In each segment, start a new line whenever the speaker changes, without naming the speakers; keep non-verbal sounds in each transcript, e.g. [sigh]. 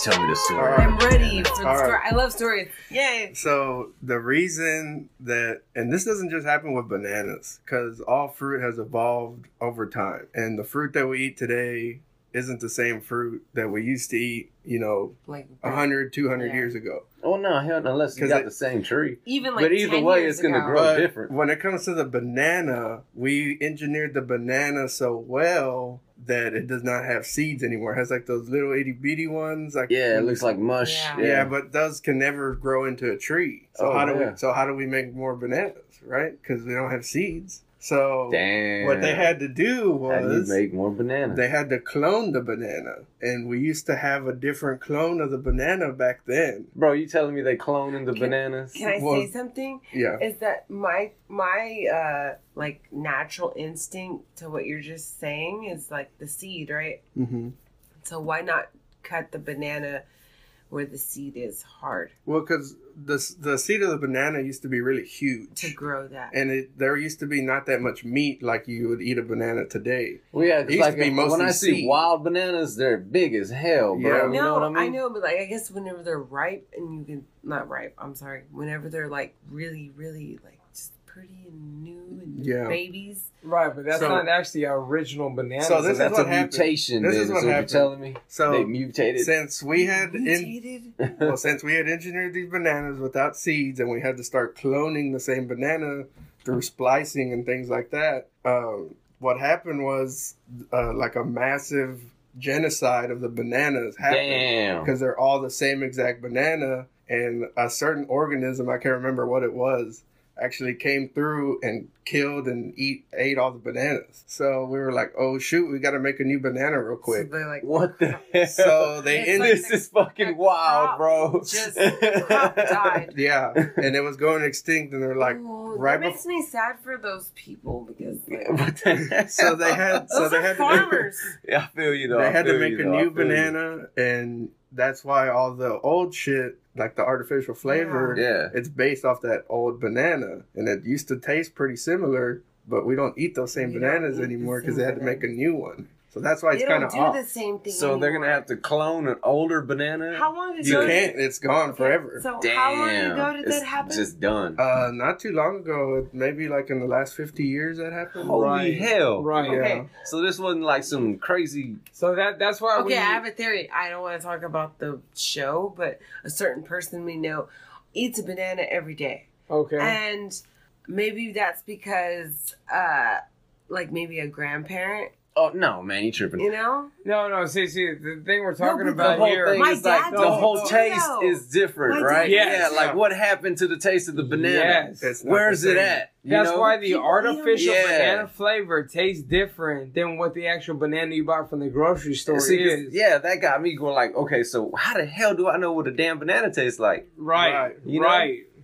tell me the story.
All
I'm
right.
ready for the
All
story.
right.
I love stories. Yay.
So the reason that, and this doesn't just happen with bananas, because all fruit has evolved over time, and the fruit that we eat today isn't the same fruit that we used to eat, you know,
Like
100, 200
Yeah.
years ago.
Oh no, hell no, unless you
'Cause
got
it-
the same tree.
even like
but either
10
way,
years
it's gonna
ago.
grow.
But
different.
when it comes to the banana, we engineered the banana so well that it does not have seeds anymore. It has like those little itty bitty ones. Like
Yeah, it looks like mush.
Yeah.
Yeah,
Yeah. but those can never grow into a tree. So
Oh,
how do
yeah.
we? So how do we make more bananas? Right? Because we don't have seeds. So
damn.
what they had to do
How do you
was
make more bananas?
they had to clone the banana, and we used to have a different clone of the banana back then.
Bro, you telling me they cloning the bananas?
Can I
Well-
say something?
Yeah.
Is that my my uh like natural instinct to what you're just saying is like the seed, right?
Mm-hmm.
So why not cut the banana where the seed is hard
Well, because the the seed of the banana used to be really
to
huge.
grow that?
and it, there used to be not that much meat like you would eat a banana today.
Well, yeah, 'cause
It used
like
to be
when
mostly
I see
seed.
wild bananas, they're big as hell, bro.
Yeah.
You
no,
know what I mean?
know, but like I guess whenever they're ripe and you can not ripe, I'm sorry. Whenever they're like really, really like just pretty and new and
Yeah.
babies.
Right, but that's
So-
not actually our original banana.
So this
that's
is
That's
what
a
happened.
mutation.
This
then,
is what
you're
happened.
telling me. they
So
mutated.
since we had in,
mutated.
well, since we had engineered these bananas without seeds, and we had to start cloning the same banana through splicing and things like that, um, what happened was uh, like a massive genocide of the bananas happened
Damn.
because they're all the same exact banana, and a certain organism I can't remember what it was actually came through and killed and eat ate all the bananas. So we were like, oh shoot, we got to make a new banana real quick.
[laughs] So they're like
What the hell?
So they
It's
ended.
like-
this is fucking wild, bro. [laughs]
just
[laughs]
crop died.
yeah, and it was going extinct, and they're like,
Ooh,
right
that makes me sad for those people because like,
What the hell?
so
[laughs]
they had, [laughs] so
those
they
are
had, to, [laughs]
farmers.
Yeah, I feel you though.
they
I
had to
feel
make
you,
a
though. I
new
feel you.
banana, and that's why all the old shit, like the artificial flavor,
Yeah.
it's based off that old banana, and it used to taste pretty similar, but we don't eat those same
We don't eat
bananas
the
anymore because
same
they had to make a
bananas.
new one. So that's why it's
they
kind
don't
of
do
off.
the same thing.
So they're gonna
anymore.
have to clone an older banana.
How long ago?
You
did-
can't; it's gone forever.
So
Damn.
how long ago did
It's
that happen?
Just done.
Oh,
Uh, not too long ago, maybe like in the last fifty years, that happened.
Holy
right.
hell!
right.
Yeah.
okay.
So this wasn't like some crazy.
So that that's why we
Okay, I have a theory. I don't want to talk about the show, but a certain person we know eats a banana every day.
okay.
And maybe that's because uh like maybe a grandparent,
Oh no, man, you tripping?
you know?
no, no. See, see, the thing we're
No, but
talking
the
about
the whole
here.
thing
My
is like
dad
the
did
whole
it too.
taste is
My
different,
dad
right?
did it
Yeah,
too.
like what happened to the taste of the banana?
Yes.
It's not the
Where's it
same.
at? You
That's
know?
why the
People eat 'em.
artificial
Yeah.
banana flavor tastes different than what the actual banana you buy from the grocery store
See, 'cause-
is.
yeah, that got me going like, okay, so how the hell do I know what a damn banana tastes like?
Right.
Right.
Right.
You know?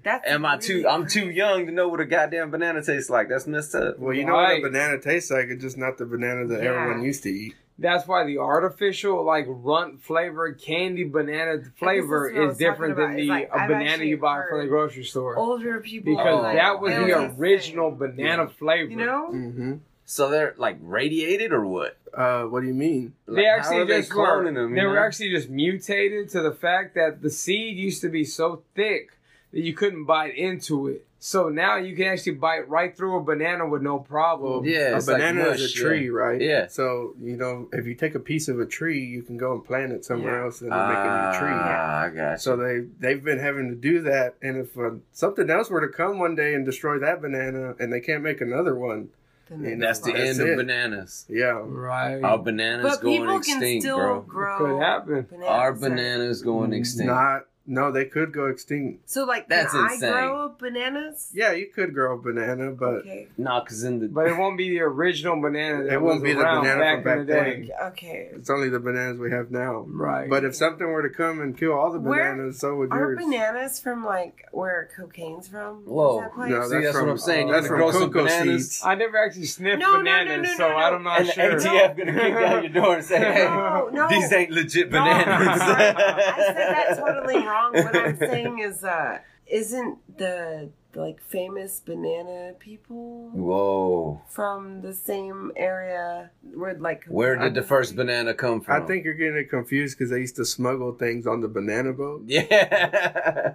That's
Am I
really
too? I'm too young to know what a goddamn banana tastes like. That's messed up.
Well, you know what a
Right.
banana tastes like. It's just not the banana that
Yeah.
everyone used to eat.
That's why the artificial like runt flavor, candy banana flavor
what I was
is different
talking about. It's
than the
like,
a
I've
banana you
actually
buy from
heard
the grocery store.
older people
because
Oh.
like,
that was
they
the
don't taste
original banana flavor.
same. You know?
Mm-hmm.
So they're like radiated or what?
Uh, what do you mean?
They
Like, how
actually
are they
just were,
cloning 'em, you
They were
know?
actually just mutated to the fact that the seed used to be so thick that you couldn't bite into it. So now you can actually bite right through a banana with no problem.
Oh, Yeah,
a
it's like
banana is
mush,
a tree,
yeah.
right?
Yeah.
So you know, if you take a piece of a tree, you can go and plant it somewhere
Yeah.
else and then make a new tree.
Ah, I got you.
So they they've been having to do that, and if uh, something else were to come one day and destroy that banana, and they can't make another one,
Then-
that's the
That's
end
it.
of bananas.
yeah.
Right.
Our bananas
But
going
people
extinct,
can still
bro.
grow
Could happen.
bananas.
Our bananas going
Mm,
extinct.
Not no, they could go extinct.
So like
That's
can
insane.
I grow bananas?
Yeah, you could grow a banana, but
Okay.
Nah, cause in the
But it won't be the original banana. That
It won't
was
be the
around
banana
back
from
in the
back
day.
then.
Okay.
it's only the bananas we have now.
Right.
But if something were to come and kill all the
Where-
bananas, so would
Are
yours.
bananas from like where cocaine's from?
Whoa.
Is that place?
No,
See, that's what I'm saying.
That's
You
from
grow
some
cocoa
bananas.
seeds.
I never actually sniffed
No, no, no,
bananas,
no,
so
no,
I'm not
and the
sure.
ATF gonna kick down your door
[laughs]
and say, "Hey,
No,
[laughs]
no.
these ain't
[laughs]
legit
No,
bananas." [laughs]
I said that totally wrong. What I'm saying is, uh, isn't the like famous banana people
Whoa.
from the same area where like
Where did the first banana come
I
from?
think you're getting it confused because they used to smuggle things on the banana boat,
[laughs] Yeah.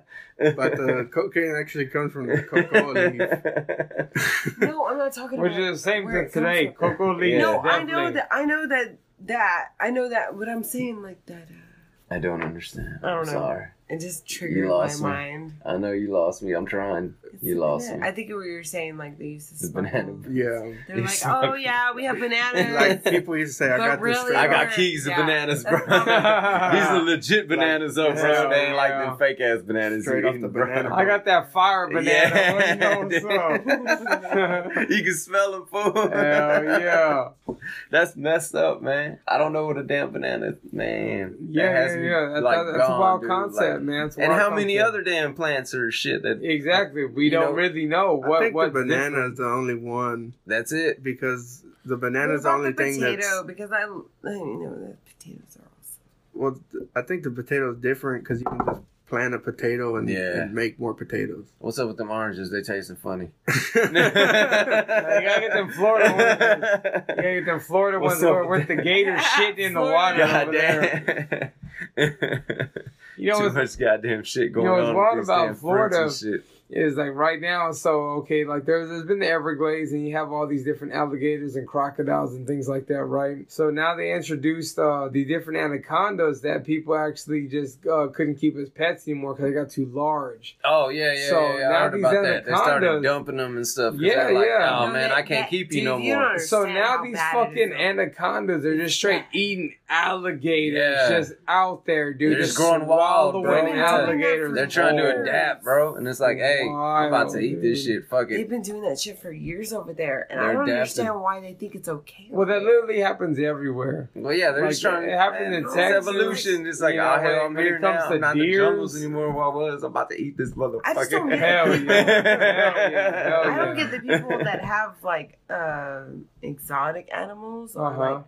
[laughs]
but the cocaine actually comes from the cocoa leaf.
No, I'm not talking
Which
about
is the same
where
thing
it comes
today.
from.
Cocoa leaf.
Yeah,
no, I know
definitely. [laughs]
that. I know that. That I know that. What I'm saying, like that, uh,
I don't understand.
I don't
I'm
know.
Sorry.
it just triggered my
lost me.
mind.
I know you lost me. I'm trying.
It's
You
the
lost
banana.
me.
I think what you were saying, like they used to
The
smuggle.
banana. [laughs]
Yeah,
They're
They
like,
[laughs]
smuggle-
oh yeah, we have bananas.
[laughs]
like people used to say, "I
But
got this."
really,
Straight
I
up.
got keys to
Yeah.
bananas, bro. These
That's
[laughs]
not-
are legit bananas, though, bro.
Yeah.
they ain't like them fake ass bananas.
Straight
you
off
eating,
the
bro.
banana.
I got that fire [laughs] banana.
Yeah.
What you know [laughs] what's up?
you can smell them, fool.
Hell yeah.
That's messed up, man. I don't know what a damn banana, man. that
Yeah,
has
yeah,
me,
yeah. That's,
like,
that's
gone,
a wild
dude.
concept,
Like,
man. It's a
and
wild
how many
concept.
other damn plants or shit that?
Exactly. We
You
don't
know,
really know
I
what
think
what
the banana is the only one
That's it.
because the
What
banana is the
about
only
the
thing
potato?
that's.
Because I, I mean, you know, the potatoes are awesome.
Well, th- I think the potato is different because you can just plant a potato and,
Yeah.
and make more potatoes.
[laughs]
[laughs]
What's up with them oranges? They tasting funny.
gotta get them Florida ones. [laughs] Yeah, you them Florida
What's
ones
up
where
with
with the
that?
gator [laughs] shit in the
Florida.
water
God
over there.
damn.
You
[laughs]
know
Too
what's
much goddamn shit going
know what's
on.
wild
with these
about
damn fruits and Shit.
Florida? is like right now. So okay, like there's there's been the Everglades, and you have all these different alligators and crocodiles and things like that, right? So now they introduced uh, the different anacondas that people actually just uh, couldn't keep as pets anymore because they got too large.
Oh yeah, yeah,
So
yeah. yeah.
now
I heard
these
about that. They
anacondas-
started dumping them and stuff. 'cause
Yeah,
they're like,
yeah.
Oh
No,
man,
that-
I can't
that-
keep you
dude,
no
you
more.
don't-
So
Understand
now
how
these
bad it
fucking
is, though.
anacondas are just straight eating alligators
Yeah.
just out there, dude.
They're just growing wild, bro.
swallowing
They're
alligators.
They're trying to
whole.
adapt, bro. And it's like, hey, I'm about
Oh. Wild,
to eat this
dude.
shit. Fuck
They've
it.
been doing that shit for years over there, and I
They're
don't
adapting.
understand why they think it's okay.
Well,
over
that
there.
literally happens everywhere.
Well, yeah, they're
Like,
just trying.
it happened in
it's
Texas,
evolution. It's like,
you
oh
know,
hell,
when-
I'm
when it
here
comes
now.
to
I'm not in the
deers.
jungles anymore. Where I was, I'm about to eat this motherfucker.
I just
[laughs]
don't get
Hell
it.
yeah. Hell yeah. Hell
I don't
Oh, yeah.
get the
[laughs]
people that have like um exotic animals or
Uh huh.
like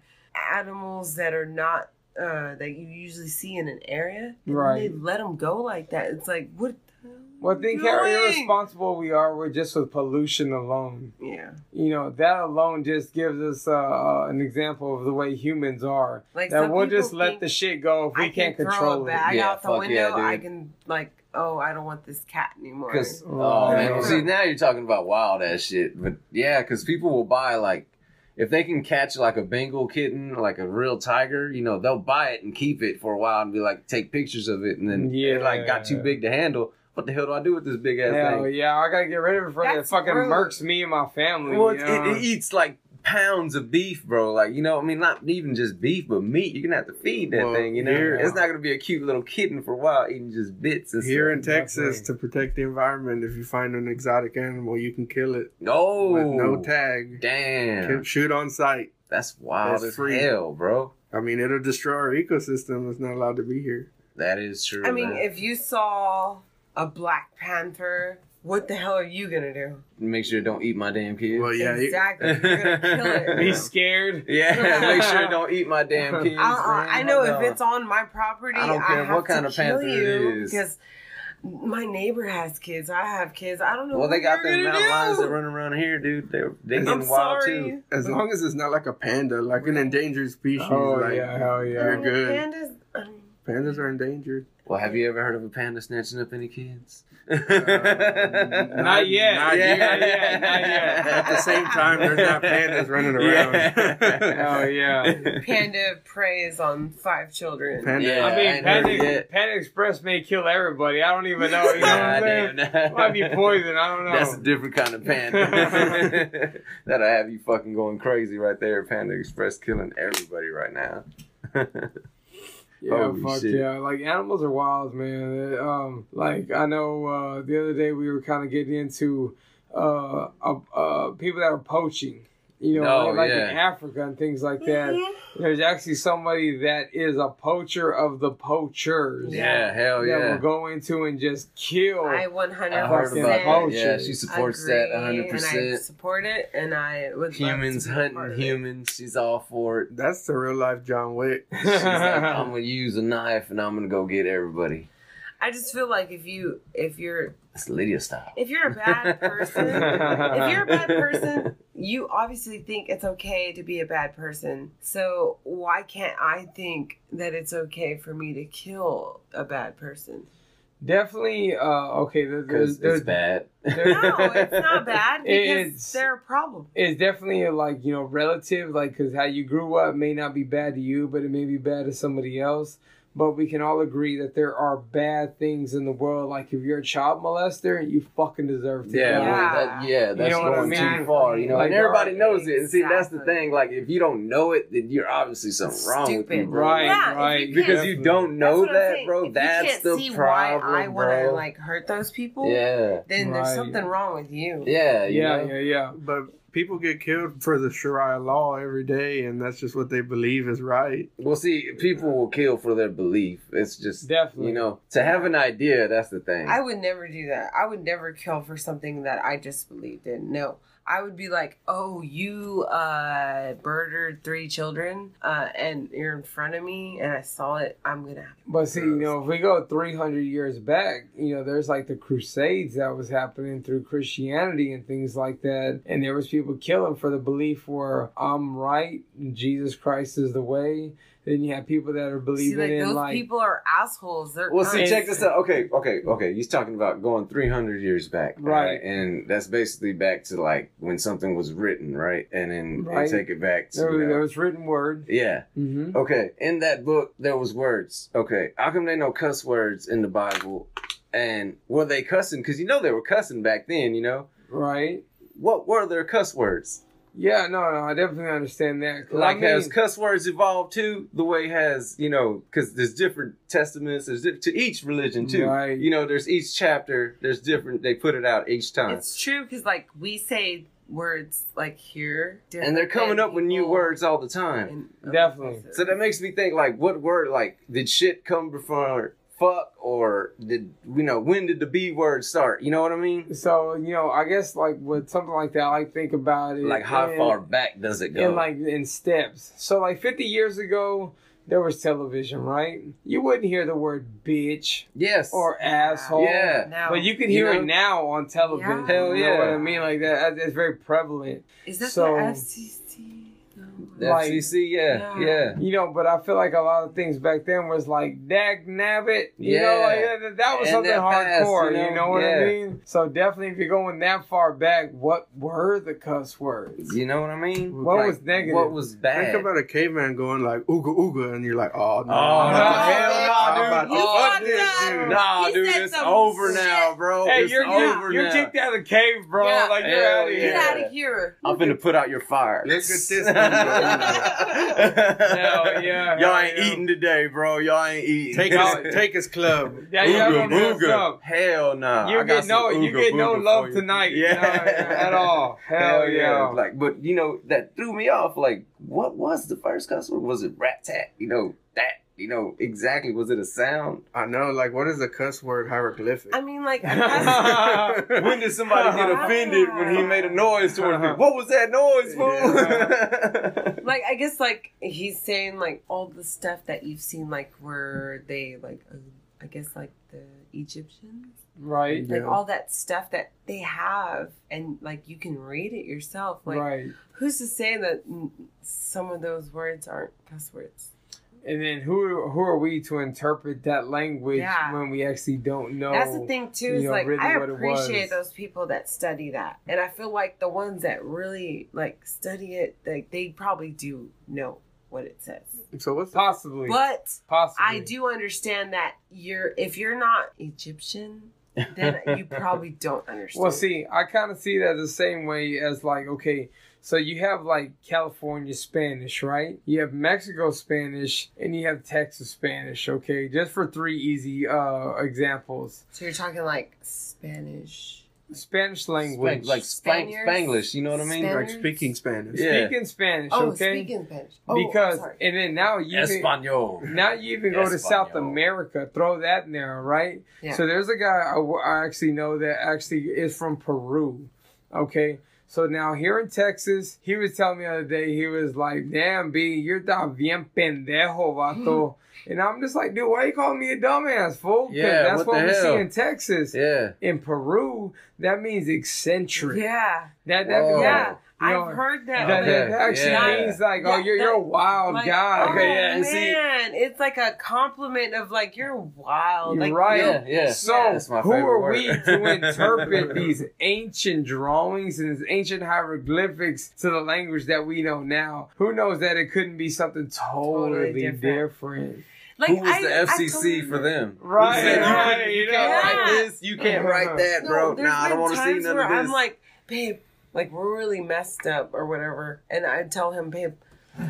animals that are not uh, that you usually see in an area. and
Right.
They let them go like that. It's like what. the hell
Well,
are you
think how
doing?
irresponsible we are. We're just with pollution alone.
Yeah.
You know that alone just gives us uh, uh, an example of the way humans are.
Like
that
some
we'll just
people
let
think
the shit go if we
I
can't
can
control
throw a
it.
bag
Yeah,
out the
fuck yeah,
window. I
dude.
can like, oh, I don't want this cat anymore.
Because
Right.
oh man,
Right.
see now you're talking about wild ass shit, but yeah, because people will buy like if they can catch like a Bengal kitten, like a real tiger, you know, they'll buy it and keep it for a while and be like take pictures of it, and then it like got too
Yeah.
big to handle. What the hell do I do with this big ass
Hell
thing?
yeah, I gotta get rid of it before
That's
it fucking
rude.
murks me and my family.
Well,
you
it, it,
know?
it eats like pounds of beef, bro. Like you know, I mean, not even just beef, but meat. You're gonna have to feed that
Well,
thing. You know,
here-
it's not gonna be a cute little kitten for a while eating just bits. And
Here
Here
in Texas, to protect the environment, if you find an exotic animal, you can kill it
and oh,
with no tag.
damn,
Can- Shoot on sight.
that's wild
That's
as
free.
hell, bro.
I mean, it'll destroy our ecosystem. It's not allowed to be here.
That is true.
I mean,
man.
if you saw a black panther, what the hell are you gonna do?
make sure it don't eat my damn kid.
Well, yeah, you-
exactly. You're gonna
[laughs]
kill
Be
it.
scared.
[laughs] yeah, make
[laughs]
sure it don't eat my
Uh-huh.
damn kids.
I, I-
man.
I know
Hold
if
on.
it's on my property,
I don't care
have
what kind
to
of panther
kill
it
you
is.
Because my neighbor has kids. I have kids. I don't know.
Well, they got them mountain lions that
run.
run around here, dude. They're they
I'm
getting
I'm
wild too.
sorry.
As long as it's not like a panda, like an endangered species.
Oh
like,
yeah, [laughs] hell
You're
yeah.
good.
Pandas, I mean,
Pandas are endangered.
Well, have you ever heard of a panda snatching up any kids? [laughs]
Not Uh, yet.
Not
yeah,
yet.
yeah,
[laughs]
not yet.
At the same time, there's not pandas running around.
[laughs]
Yeah.
Hell Oh,
[laughs]
yeah.
panda preys on five children.
Panda.
Yeah.
I
I
mean,
ain't heard it
Panda,
yet.
Panda Express may kill everybody. I don't even know. You know what I'm saying?
Goddamn.
Might be poison. I don't
[laughs]
know.
That's a different kind of panda. [laughs] That'll have you fucking going crazy right there. Panda Express killing everybody right now. [laughs]
yeah,
Holy
fuck
shit.
yeah. Like animals are wild, man. Uh, Um, like I know uh, the other day we were kind of getting into uh, uh, uh, people that were poaching. You know,
Oh,
like in
yeah.
Africa and things like that.
Mhm.
There's actually somebody that is a poacher of the poachers.
yeah, hell Oh,
That
yeah.
will go into and just kill. [laughs]
I 100
I heard
Fucking
about that.
bullshit.
Yeah, she supports that 100.
And I
percent
support it, and I would love to
Humans
be a part
hunting
of it.
humans. She's all for it.
[laughs]
That's the real life John Wick.
She's like, I'm gonna use a knife and I'm gonna go get everybody.
I just feel like if you if you're
It's Lydia style.
If you're a bad
[laughs]
person, if you're a bad person, you obviously think it's okay to be a bad person. So why can't I think that it's okay for me to kill a bad person?
Definitely. Uh, okay, there- there's,
Because
there's,
it's bad.
No, it's
[laughs]
not
[laughs]
bad because
It's-
they're a problem.
it's definitely like you know relative like because how you grew up may not be bad to you but it may be bad to somebody else but we can all agree that there are bad things in the world like if you're a child molester you fucking deserve to
Yeah,
die.
well, that, yeah, that's
know what I
going
mean?
too far. You know,
Like,
and everybody
right.
knows it. And see, that's the
Exactly.
thing. Like, if you don't know it, then you're obviously something wrong with you,
Stupid.
bro.
right
Yeah, if
right
you
Because you
Definitely.
don't
That's
know
what I'm
that,
saying.
bro.
If you
that's
can't
the
see
problem,
why I wanna,
bro.
like hurt those people.
yeah,
Then
Right.
there's something wrong with you.
yeah, you
yeah
know?
yeah yeah
But people get killed for the Sharia law every day, and that's just what they believe is right.
Well, see, people will kill for their belief. It's just
Definitely.
you know, to have an idea. That's the thing.
I would never do that. I would never kill for something that I just believed in. No. I would be like, oh, you uh, murdered three children uh, and you're in front of me and I saw it. I'm going to have
but see you know if we go 300 years back you know there's like the crusades that was happening through christianity and things like that and there was people killing for the belief where i'm right jesus christ is the way then you have people that are
See,
believing
like,
in
those
like
people are assholes. They're
Well, see,
cunts.
check this out. Okay, okay, okay. He's talking about going 300 years back,
Right.
And that's basically back to like when something was written, right? And then
Right.
they take it back to
There was,
you know-
there was written word.
yeah.
Mm-hmm.
Okay, in that book there was words. Okay, how come they no cuss words in the Bible? And were they cussing? Because you know they were cussing back then. You know
Right?
what were their cuss words?
Yeah, no, no, I definitely understand that. 'Cause
Like
I mean,
has cuss words evolved too? The way has you know because there's different testaments. There's di- to each religion too.
Right.
You know there's each chapter. There's different. They put it out each time.
It's true because, like, we say words like here.
and they're coming up with new words all the time.
Definitely.
So that makes me think like what word like did shit come before fuck or did you know when did the B word start? You know what I mean?
so, you know, I guess like with something like that, I like think about it.
Like how
in-
far back does it go?
In like in steps. So like 50 years ago, there was television, right? You wouldn't hear the word bitch
yes.
or asshole.
Yeah.
Now,
But you can
You
hear
know?
it now on television.
Yeah.
Hell
You know what
yeah.
I mean? Like that, it's very prevalent.
is that
so-
the FCC? No.
The
Like-
FCC, yeah,
Yeah.
yeah.
You know, but I feel like a lot of things back then was like dag nabbit. You know,
Yeah.
like that, that was
And
something
that passed,
hardcore.
you know?
you know what I
Yeah.
mean? So definitely, if you're going that far back, what were the cuss words?
You know what I mean?
What
Like,
was negative?
What was bad?
Think about a caveman going like "ooga ooga," and you're like,
Oh,
"Oh no,
no, hell no,
I'm
dude.
about to
You
fuck
fucked
this,
up.
dude."
Nah,
He
dude,
said
it's
some
over
shit.
now, bro.
Hey,
it's
you're
over
you're
now.
kicked out of the cave, bro.
Yeah.
Like you're
Hell
out of
yeah.
Get
here.
out of here.
I'm finna put out your fire.
Look at
[laughs]
this dude.
Hell
yeah,
Y'all
hell
ain't
yeah.
eating today, bro. Y'all ain't eating. [laughs]
Take
No.
his, take his club.
Yeah, yeah,
Ooga,
I'm gonna do
booga.
stuff.
Hell nah.
You
Uh, I got
get no,
some
you
ooga
get no
booga for
love
you.
tonight.
Yeah.
no,
[laughs]
at all. Hell, yeah.
Like, but you know that threw me off. Like, what was the first cuss word? Was it rat tat? You know that. You know exactly. Was it a sound?
I know, like, what is a cuss word hieroglyphic?
I mean, like,
[laughs]
I
[laughs] when did somebody
[laughs]
get offended when he made a noise towards
Uh-huh.
me? What was that noise, fool? [laughs]
guess, like I guess like he's saying like all the stuff that you've seen like where they like uh, I guess like the Egyptians
right,
like
Yeah.
all that stuff that they have and like you can read it yourself like
right.
who's to say that mm, some of those words aren't cuss words
And then who who are we to interpret that language
Yeah.
when we actually don't know?
That's the thing too.
Oh, you
Is
know,
like
really
I
what it was.
appreciate those people that study that, and I feel like the ones that really like study it, like they probably do know what it says.
so what's the
Possibly,
But
possibly.
Mm.
I do understand that you're if you're not Egyptian, then
[laughs]
you probably don't understand.
Well, see, I kind of see that the same way as like, okay, so you have like California Spanish, right? You have Mexico Spanish, and you have Texas Spanish. Okay, just for three easy uh examples,
so you're talking like Spanish,
Spanish language,
like spank,
Spaniards.
Spanglish. You know what I mean?
Span-
like speaking Spanish? [laughs]
Yeah.
speaking Spanish.
oh,
okay,
speaking Spanish, oh,
because
sorry.
and then now you can-
Espanol.
Now you even go to South
Espanol.
America, throw that in there, right?
Yeah.
So there's a guy I, I actually know that actually is from Peru. Okay. So now here in Texas, he was telling me the other day, he was like, damn, B, you're da bien
[gasps]
pendejo, vato. and I'm just like, dude, why you calling me a dumbass, fool? 'Cause
Yeah,
that's
what
what
the
we
hell?
see in Texas.
Yeah.
In Peru, that means eccentric.
Yeah.
That, that,
Whoa.
Yeah.
You know,
I've heard that.
that,
Okay.
that
like,
actually
yeah.
means like, oh,
Yeah,
you're, you're a
that-
wild
like,
guy.
Oh,
Okay, yeah, and see-
man, it's like a compliment of like you're wild.
You're
like,
right.
Yeah, yeah.
So,
Yeah,
that's my
who
favorite
are
word.
we to
[laughs]
[laughs]
interpret these ancient drawings and these ancient hieroglyphics to the language that we know now? Who knows that it couldn't be something totally,
Totally
different.
different. Like
Who was
I-
the
I
FCC
totally-
for them? Who
Right,
said,
right,
You,
you
can't
know.
write
Yeah.
this. You can't write
Uh-huh.
that,
No,
bro.
there's
nah,
been
I don't want to see
times
none
where
of this.
I'm like, babe, like we're really messed up or whatever, and I tell him, babe,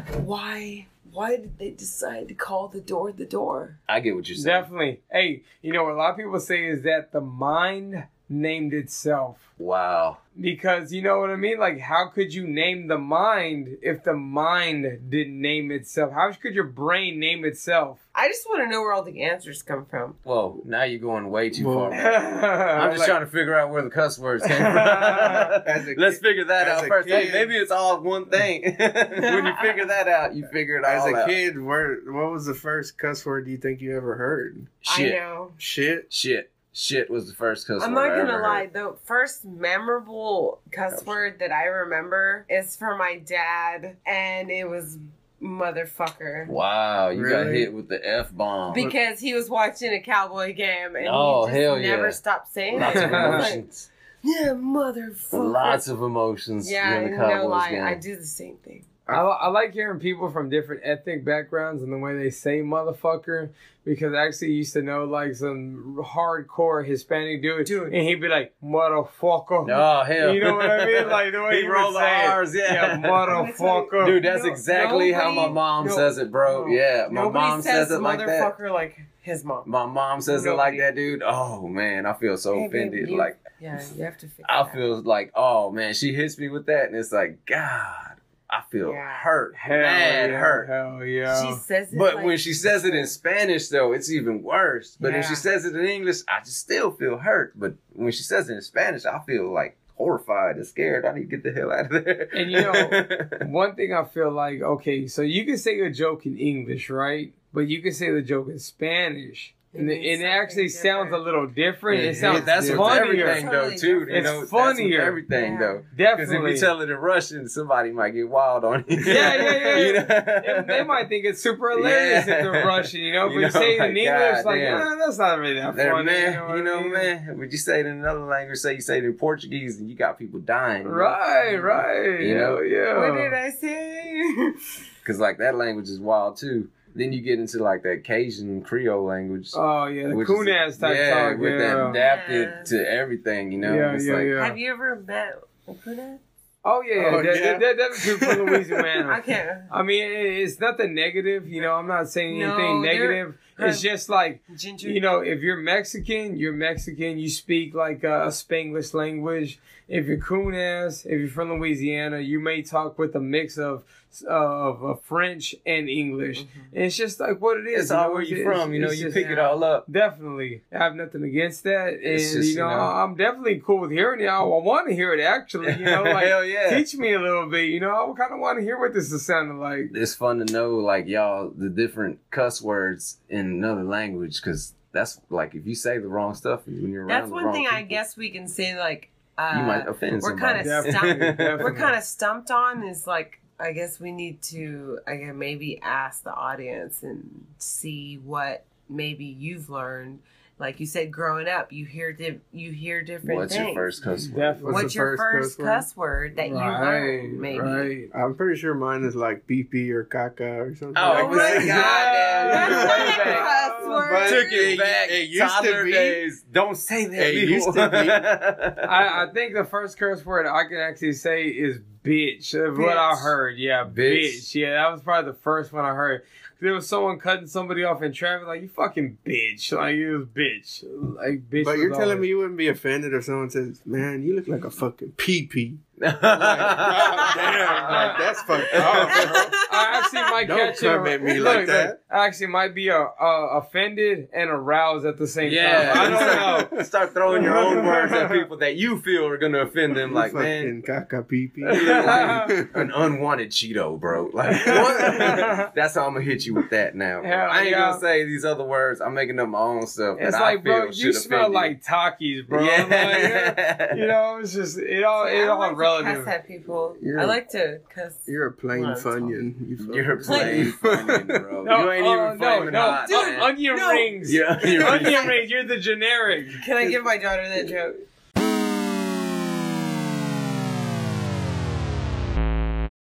why, why did they decide to call the door the door?
I get what you're saying.
Definitely. Hey, you know what a lot of people say is that the mind named itself.
Wow.
Because you know what I mean? Like, how could you name the mind if the mind didn't name itself? How could your brain name itself?
I just want to know where all the answers come from.
Whoa, now you're going way too
Whoa.
far. I'm
I'm
just trying to figure out where the cuss words
[laughs]
came from.
As a
[laughs] Let's
kid-
figure that
as
out
a
first. Hey,
kid-
maybe it's all one thing. [laughs] when you figure that out, you figure it
As
all
a
out.
kid, where what was the first cuss word you think you ever heard?
Shit,
I know.
Shit.
shit, shit was the first cuss
I'm
word
not
I
gonna
ever
lie.
heard.
The first memorable cuss word that I remember is for my dad, and it was motherfucker
Wow, you got
Really?
hit with the f bomb.
because he was watching a cowboy game and
Oh,
he just
hell
never
yeah.
stopped saying
Lots
it. [laughs]
of
I was like,
emotions.
yeah, motherfucker.
Lots of emotions.
Yeah,
during the
no
Cowboys
lie,
game.
I do the same thing.
I, I like hearing people from different ethnic backgrounds and the way they say motherfucker because I actually used to know like some hardcore Hispanic dude,
Dude.
and he'd be like motherfucker.
Oh [laughs] hell!
You know what I mean? Like the way
he
you
rolled
would
the
say it.
R's. Yeah, [laughs]
Yeah, motherfucker.
dude, that's
No-
exactly how my
nobody-
mom
no-
says it, bro.
no.
yeah, my
Nobody
mom says, it like that.
motherfucker like his mom.
My mom says it
Nobody.
like that, dude. Oh man, I feel so
Hey, babe,
offended.
you-
Like
Yeah, you have to fix
I
that.
feel like, oh man, she hits me with that, and it's like, God, I feel
Yeah.
hurt,
Hell
mad
yeah,
hurt.
Hell yeah.
She says it
But
like-
when she says it in Spanish, though, it's even worse. But if
Yeah.
she says it in English, I just still feel hurt. But when she says it in Spanish, I feel like horrified and scared. I need to get the hell out of there. [laughs]
And, you know, One thing I feel like, okay, so you can say a joke in English, right? But you can say the joke in Spanish. And
It
it,
means
and it actually
something
sounds a
different.
little different. It
Yeah,
sounds
that's
funnier.
with everything though
Totally
too. You
different.
know, that's
It's
with
funnier.
everything
Yeah.
though. Because
Definitely.
if you tell it in Russian, somebody might get wild on you.
Yeah, yeah,
[laughs]
yeah.
You
they,
know? [laughs]
they might think it's super hilarious
Yeah.
if they're Russian, you know. But
You
you,
know,
say it
like,
in English,
God
like,
damn.
nah, that's not really that
There,
funny.
man, you know,
what I mean?
man. Would you say it in another language? Say you say it in Portuguese, and you got people dying.
Right, right.
You know?
yeah.
What did I
[laughs]
say?
Because like that language is wild too. Then you get into like that Cajun Creole language.
Oh yeah, the
which is-
coon ass type
yeah,
talk.
with
yeah.
that adapted
Yeah.
to everything. You know,
yeah,
it's
yeah,
like,
yeah.
Have you ever met Lacuna?
Oh yeah, yeah.
Oh,
that,
yeah.
That, that's a dude from
[laughs]
Louisiana.
I can't.
[laughs]
I mean, it- it's nothing negative. You know, I'm not saying
No,
anything
they're-
negative. It's just like,
Ginger.
you know, if you're Mexican, you're Mexican. You speak like a, a Spanglish language. If you're coon ass, if you're from Louisiana, you may talk with a mix of of uh, French and
Mm-hmm.
English. And it's just like what it is.
it's
you know,
all where you from. You know,
it's
you
just-
pick it all up.
Definitely. I have nothing against that. And,
It's just,
you, know,
you know-
I'm definitely cool with hearing it. I, want to hear it, actually.
[laughs]
You know, like,
Hell yeah.
teach me a little bit. You know, I kind of want to hear what this is sounding like.
it's fun to know like y'all the different cuss words in another language because that's like if you say the wrong stuff when you're around
That's
the
one
wrong
thing I
people,
guess we can say. Like, uh,
you might offend
we're
somebody.
kinda
[laughs]
stuck.
we're kind of stumped on is like. I guess we need to. I guess maybe ask the audience and see what maybe you've learned. Like you said, growing up, you hear di- you hear different
What's
things.
your first cuss word?
Definitely.
What's
What's,
the
your
first
first,
cuss
cuss word, that you learned? Maybe.
Right.
I'm pretty sure mine is like BP or caca or something.
Oh,
like
it was
that. [laughs]
like- Yeah.
That's not a
Yeah.
cuss word.
But-
Took
It-
it back.
it used to
toddler
be-
days. Don't say that.
It
people.
used to
[laughs]
be-
I, I think the first curse word I can actually say is bitch. Of what I
Bitch.
heard, yeah, bitch.
Bitch.
Yeah, that was probably the first one I heard. There was someone cutting somebody off in traffic, like you fucking bitch, like you was bitch, like bitch.
But
was
you're telling
always-
me you wouldn't be offended if someone says, "Man, you look [laughs] like a fucking pee pee." God damn, like, that's fucked up, bro. [laughs]
I actually might
Don't
catch
come
it.
at me like that.
I actually might be uh, uh, offended and aroused at
[laughs]
the
[laughs]
same
Yeah,
time. I don't know.
Start throwing your own words at people that you feel are gonna offend them. Like, man,
fucking caca pee pee.
[laughs]
[laughs]
an unwanted Cheeto, bro.
[laughs]
Like what? [laughs] That's how I'm gonna hit you with that now. bro.
Hell
I ain't
yeah.
gonna say these other words. I'm making up my own stuff.
It's
that
like,
I feel
bro, you
should
smell
offend [laughs]
like Takis,
you.
bro.
Yeah.
I'm like, yeah. you know, it's just it all
I
it all
like To
relative.
cuss at people.
Yeah.
I like to cuss.
You're a plain
Well, it's all-
funyun. You fuck.
You're playing, fucking, bro.
[laughs] No,
you ain't
oh,
even
no,
flaming
no,
hot.
dude,
man.
onion
No.
rings.
Yeah, you're
onion rings. You're the generic.
Can I give my daughter that joke?